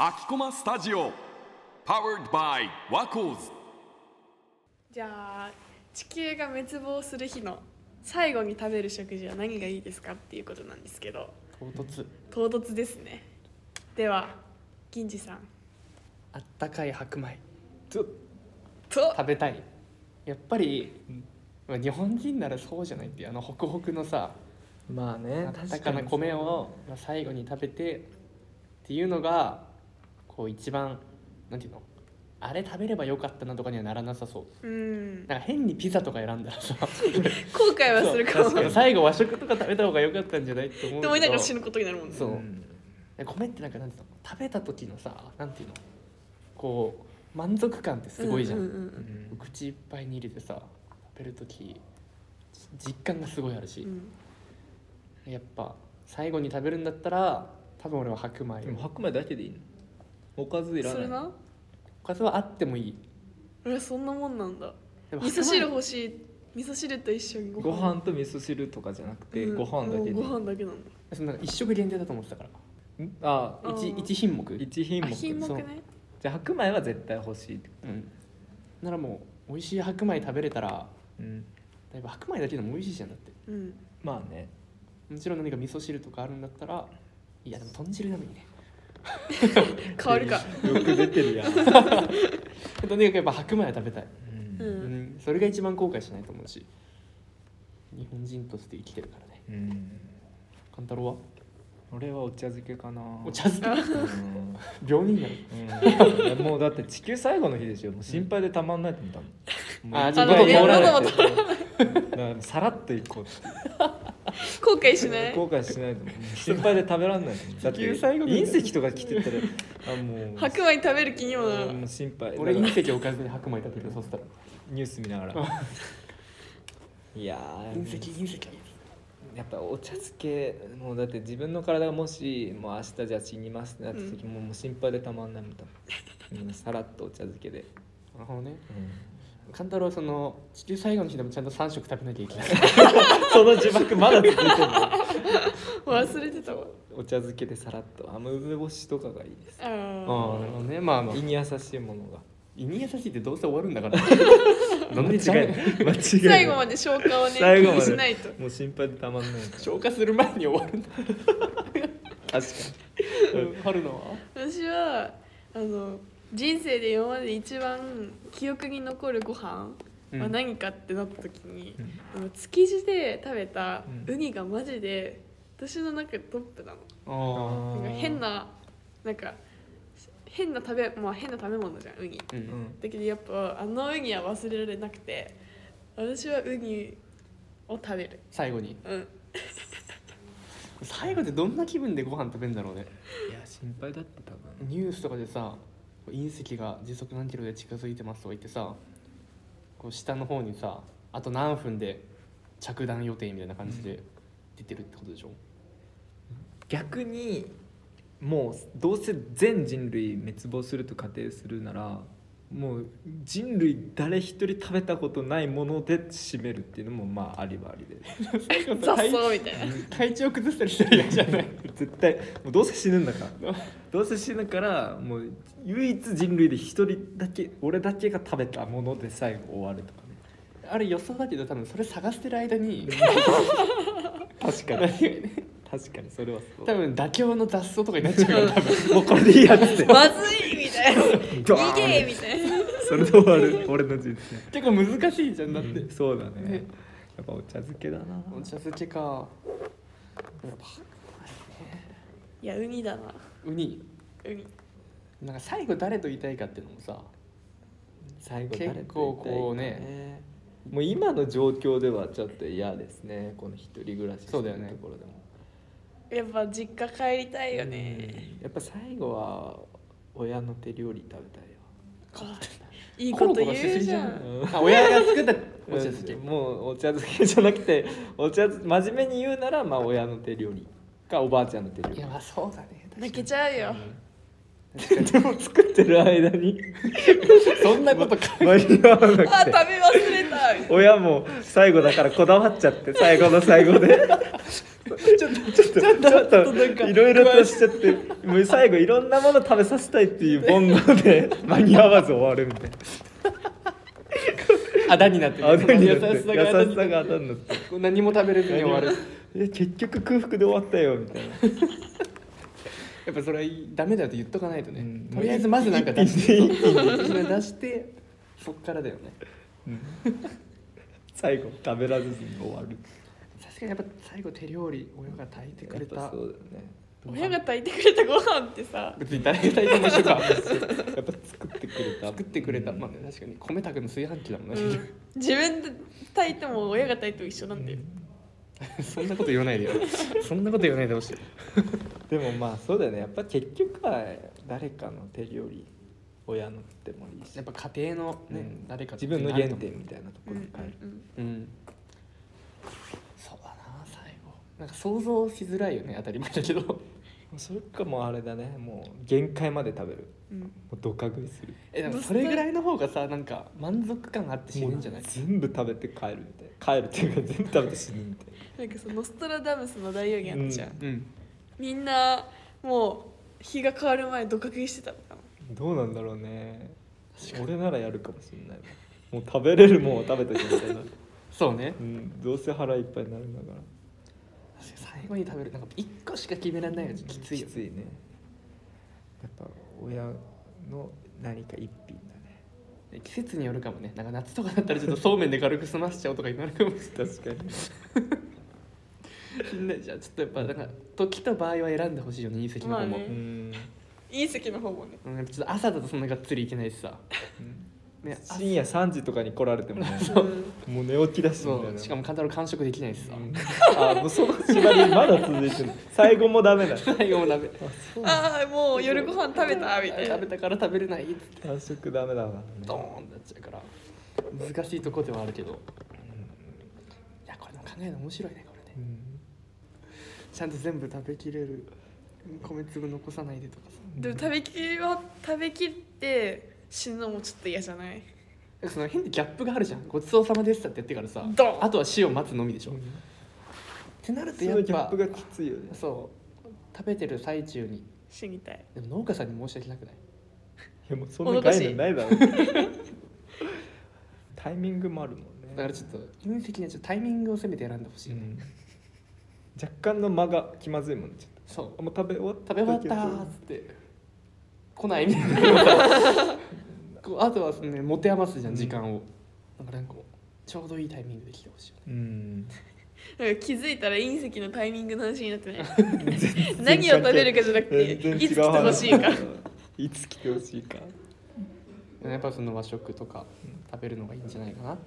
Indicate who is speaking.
Speaker 1: 秋駒スタジオ Powered by ワコーズ
Speaker 2: じゃあ地球が滅亡する日の最後に食べる食事は何がいいですかっていうことなんですけど
Speaker 3: 唐突
Speaker 2: 唐突ですねでは銀次さん
Speaker 3: あったかい白米ずっと
Speaker 2: と
Speaker 3: 食べたいやっぱり、まあ日本人ならそうじゃないっていうあのホクホクのさ
Speaker 4: まあね
Speaker 3: あったかな米をまあ最後に食べてっていうのがこう一番なんていうのあれ食べればよかったなとかにはならなさそう
Speaker 2: うん
Speaker 3: なんか変にピザとか選んだらさ
Speaker 2: 後悔はするかも
Speaker 3: そう最後和食とか食べた方が良かったんじゃないって思う
Speaker 2: でも
Speaker 3: け
Speaker 2: なん
Speaker 3: ど
Speaker 2: か死ぬことになるもんね
Speaker 3: そううん米ってなんかなんていうの食べた時のさなんていうのこう満足感ってすごいじゃん,、
Speaker 2: ううう
Speaker 4: うんん
Speaker 3: 口いっぱいに入れてさ食べる時実感がすごいある
Speaker 2: う
Speaker 3: し
Speaker 2: ん、
Speaker 3: やっぱ最後に食べるんだったら多分俺は白米
Speaker 4: でも白米だけでいいのおかず
Speaker 2: う
Speaker 4: い
Speaker 2: ん、
Speaker 4: ら
Speaker 2: そ
Speaker 4: な
Speaker 2: れ
Speaker 4: い
Speaker 2: な
Speaker 3: おかずはあってもいい
Speaker 2: 俺そんなもんなんだ
Speaker 3: でも
Speaker 2: 味噌汁欲しい味噌汁と一緒にご飯
Speaker 4: ご飯と味噌汁とかじゃなくて、
Speaker 2: うん
Speaker 4: ご飯だけでいい
Speaker 2: もうご飯だけなんだ
Speaker 3: そのなんか一食限定だと思ってたから
Speaker 4: んあ
Speaker 2: あー
Speaker 3: 1, 一品目
Speaker 4: 一品
Speaker 2: あ
Speaker 4: 目
Speaker 2: 品目
Speaker 4: そう
Speaker 2: ね
Speaker 4: じゃあ白米は絶対欲しい、
Speaker 3: うんならもう美味しい白米食べれたら
Speaker 4: うん、
Speaker 3: だいぶ白米だけでも美味しいじゃんだって
Speaker 2: うん
Speaker 4: まあね
Speaker 3: もちろん何か味噌汁とかあるんだったらいやでも豚汁でもいいね
Speaker 2: 変わるか
Speaker 4: よく出て るやん、
Speaker 3: とにかくやっぱ白米は食べたい、
Speaker 2: う
Speaker 4: うん
Speaker 3: うんん、それが一番後悔しないと思うし日本人として生きてるからね
Speaker 4: うん、
Speaker 3: 勘太郎は
Speaker 4: 俺はお茶漬けかな
Speaker 3: お茶漬け
Speaker 4: うん
Speaker 3: 病人なの
Speaker 4: うんもうだって地球最後の日ですよもう心配でたまんないと思ったの
Speaker 3: あ
Speaker 4: も
Speaker 3: ー
Speaker 4: う
Speaker 3: ちょっと
Speaker 4: 喉
Speaker 2: 喉も
Speaker 4: 通らないだからさらっといこうって
Speaker 2: 後悔しない
Speaker 4: 後悔しないと思う心配で食べらんないと思うだって
Speaker 3: 地球最後の日
Speaker 4: 隕石とか来てたらあもう
Speaker 2: 白米食べる気にもなら
Speaker 4: うん
Speaker 2: ない
Speaker 4: もう心配
Speaker 3: 俺
Speaker 4: だから
Speaker 3: 隕石をおかずに白米食べるよそしたら
Speaker 4: ニュース見ながらいやー
Speaker 3: 隕石隕石
Speaker 4: やっぱお茶漬けもうだって自分の体がもしもう明日じゃあ死にますってなった時、もうもう心配でたまんないもん多分うんさらっとお茶漬けで、
Speaker 3: なるほどね
Speaker 4: うん
Speaker 3: 勘太郎はその地球最後の日でもちゃんと3食食べなきゃいけない
Speaker 4: その呪縛まだ続いてる
Speaker 2: 忘れてたわ
Speaker 4: お茶漬けでさらっとあ梅干しとかがいいです
Speaker 2: あー
Speaker 3: ああなるほどねまあまあ
Speaker 4: 胃に優しいものが
Speaker 3: 胃に優しいってどうせ終わるんだ からどんな
Speaker 4: 間違
Speaker 3: に違
Speaker 4: いう ない間違いない
Speaker 2: 最後まで消化をね
Speaker 4: 最後
Speaker 2: 気
Speaker 4: まで
Speaker 2: にしないと
Speaker 4: もう心配でたまんないから
Speaker 3: 消化する前に終わるんだ
Speaker 4: 確か
Speaker 3: 春のは
Speaker 2: 私はあの人生で今まで一番記憶に残るご飯
Speaker 3: うん
Speaker 2: は何かってなった時に、
Speaker 4: に、
Speaker 2: あの築地で食べた
Speaker 4: うん
Speaker 2: ウニがマジで私の中でトップなの、
Speaker 3: あ
Speaker 2: なんか変ななんか変な食べまあ変な食べ物じゃんウニ
Speaker 3: あう
Speaker 4: うんん
Speaker 2: だけどやっぱあのウニは忘れられなくて私はウニを食べる
Speaker 3: 最後に
Speaker 2: うん
Speaker 3: 最後ってどんな気分でご飯食べるんだろうね
Speaker 4: いや心配だって多分
Speaker 3: ニュースとかでさ隕石が時速何キロで近づいてますとか言ってさこう下の方にさあと何分で着弾予定みたいな感じで出てるってことで しょ、
Speaker 4: 逆にもうどうせ全人類滅亡すると仮定するならもう人類誰一人食べたことないもので締めるっていうのもまあありはありで
Speaker 3: 最後
Speaker 2: 雑
Speaker 3: さ体
Speaker 2: 草みたいな
Speaker 3: 体調崩したりしてるやつじゃない
Speaker 4: 絶対もうどうせ死ぬんだから どうせ死ぬからもう唯一人類で一人だけ俺だけが食べたもので最後終わるとかね
Speaker 3: あれ予想だけど多分それ探してる間に
Speaker 4: 確かに 確かにそれはそう
Speaker 3: 多分妥協の雑草とかになっちゃうから多分
Speaker 4: もうこれでいいやつで
Speaker 2: まずいみたいな
Speaker 4: ドーン
Speaker 2: 逃げみたいな
Speaker 4: それで終わる俺の人生
Speaker 3: 結構難しいじゃんだって、
Speaker 4: そうだね
Speaker 3: ね
Speaker 4: やっぱお茶漬けだな
Speaker 3: お茶漬けか
Speaker 2: いやウニだな
Speaker 3: ウニ
Speaker 2: ウニ
Speaker 3: なんか最後誰と言いたいかっていうのもさ
Speaker 4: 最後
Speaker 3: 結構こうね
Speaker 4: もう今の状況ではちょっと嫌ですねこの一人暮らしして
Speaker 3: そう
Speaker 4: る
Speaker 3: だよね
Speaker 4: ところでも
Speaker 2: やっぱ実家帰りたいよね
Speaker 4: うんやっぱ最後は親の手料理食べたいよ
Speaker 2: いいこと言
Speaker 3: しす
Speaker 2: う
Speaker 3: ぎ
Speaker 2: じゃん
Speaker 3: じゃんあ親が作ったお茶漬け
Speaker 4: うんもうお茶漬けじゃなくてお茶漬真面目に言うならまあ親の手料理かおばあちゃんの手料
Speaker 3: い
Speaker 4: 理
Speaker 3: やまあそうだね
Speaker 2: 泣けちゃうよ
Speaker 4: でも作ってる間 に
Speaker 3: そんなことか
Speaker 4: 間に合わな
Speaker 2: あ
Speaker 4: く
Speaker 2: 食べ
Speaker 4: て
Speaker 2: 忘れた
Speaker 4: 親も最後だからこだわっちゃって最後の最後でちょっとちょっとちょっといろいろとしちゃってもう最後いろんなもの食べさせたいっていう煩悩で間に合わず終わるみたい
Speaker 3: あだになって
Speaker 4: なあだにな
Speaker 3: 優
Speaker 4: って優
Speaker 3: し
Speaker 4: し
Speaker 3: さがあだに
Speaker 4: さがあだになって
Speaker 3: こう何も食べれずに終わる
Speaker 4: え結局空腹で終わったよみたいな
Speaker 3: やっぱそれはいダメだと言っとかないとね、
Speaker 4: うん
Speaker 3: とりあえずまずなんか出して出してそっからだよね
Speaker 4: 最後食べられずに終わる
Speaker 3: さすがにやっぱ最後手料理親が炊いてくれ
Speaker 4: やったぱそうだよね
Speaker 2: 親が炊いてくれたご飯ってさ
Speaker 3: 別に誰が炊いても一緒か
Speaker 4: やっぱ作ってくれた
Speaker 3: 作ってくれたまあね確かに米炊くの炊飯器だもん
Speaker 2: う
Speaker 3: ね、
Speaker 2: ん自分で炊いても親が炊いても一緒なんだよ
Speaker 3: そんなこと言わないでよそんなこと言わないでほしい
Speaker 4: でもまあそうだよねやっぱ結局は誰かの手料理親のでもいいし
Speaker 3: やっぱ家庭のね、
Speaker 4: うん
Speaker 3: 誰か
Speaker 4: 自分の原点みたいなとこ
Speaker 2: う
Speaker 4: ろ
Speaker 2: んう
Speaker 4: に
Speaker 2: ん
Speaker 4: 変える、
Speaker 2: うん
Speaker 3: うんそうだな最後なんか想像しづらいよね当たり前だけど
Speaker 4: それかもうあれだねもう限界まで食べる
Speaker 2: うん
Speaker 4: もうドカ食いする
Speaker 3: えでもそれぐらいの方がさなんか満足感があって死ぬんじゃない
Speaker 4: もう全部食べて帰るみたいな帰るっていうか全部食べて死ぬみたい
Speaker 2: なんかそのノストラダムスの大予言あったじゃん、
Speaker 3: うん
Speaker 2: みんなもう日が変わる前どか食いしてたのかも
Speaker 4: などうなんだろうね俺ならやるかもしれないもう食べれるもんは食べときみた いな、
Speaker 3: そうね
Speaker 4: うん、どうせ腹いっぱいになるんだから
Speaker 3: 最後に食べるなんか一個しか決められないのきついよ
Speaker 4: きついねやっぱ親の何か一品だね
Speaker 3: ね季節によるかもねなんか夏とかだったらちょっとそうめんで軽く済ませちゃおうとかになるかもし
Speaker 4: 確かに
Speaker 3: れないじゃあちょっとやっぱなんか時と場合は選んでほしいよね隕石の方も、
Speaker 2: まあね
Speaker 4: うん
Speaker 2: 隕石の方もね
Speaker 3: うん、やっぱちょっと朝だとそんながっつりいけないしさ、ね、あ
Speaker 4: 深夜3時とかに来られてもね
Speaker 2: うん
Speaker 4: もう寝起きだしみ
Speaker 3: そ
Speaker 4: たいな
Speaker 3: うしかも簡単に完食できないしさ、
Speaker 4: あもうその縛りまだ続いてる最後もダメだ
Speaker 3: 最後もダメ
Speaker 2: ああもう夜ご飯食べたみたいな
Speaker 3: 食べたから食べれないって
Speaker 4: 完食ダメだな
Speaker 3: ドーンってなっちゃうから難しいとこではあるけど、いやこれでも考えるの面白いねこれね
Speaker 4: うん
Speaker 3: ちゃんと全部食べきれる米粒残さないでとかさ
Speaker 2: でも食べきは食べきって死ぬのもちょっと嫌じゃない
Speaker 3: なんかその変にギャップがあるじゃんごちそうさまでしたってやってからさ
Speaker 2: ドン
Speaker 3: あとは死を待つのみでしょ、ってなると
Speaker 4: そ
Speaker 3: や
Speaker 4: の
Speaker 3: っ
Speaker 4: ギャッ
Speaker 3: ぱ
Speaker 4: プがきついよね
Speaker 3: そう食べてる最中に
Speaker 2: 死にたい
Speaker 3: でも農家さんに申し訳なくない
Speaker 4: いやもうそんな概念ないだろタイミングもあるもんね
Speaker 3: だからちょっと隕石にはちょっとタイミングをせめて選んでほしい、
Speaker 4: うん若干の間が気まずいもんねちょっ
Speaker 3: そう
Speaker 4: とあもう食べ終わっ
Speaker 3: 食
Speaker 4: た
Speaker 3: べ終わったーっつって来ないみたいなこうあとはそのね持て余すじゃん時間を、だからなんかこうちょうどいいタイミングで来てほしいよね
Speaker 4: うん
Speaker 2: なんか気づいたら隕石のタイミングの話になって ない何を食べるかじゃなくて
Speaker 4: 全然違う
Speaker 2: いつ来てほしいか
Speaker 4: 話 いつ来てほしいか
Speaker 3: でもやっぱその和食とか食べるのがいいんじゃないかな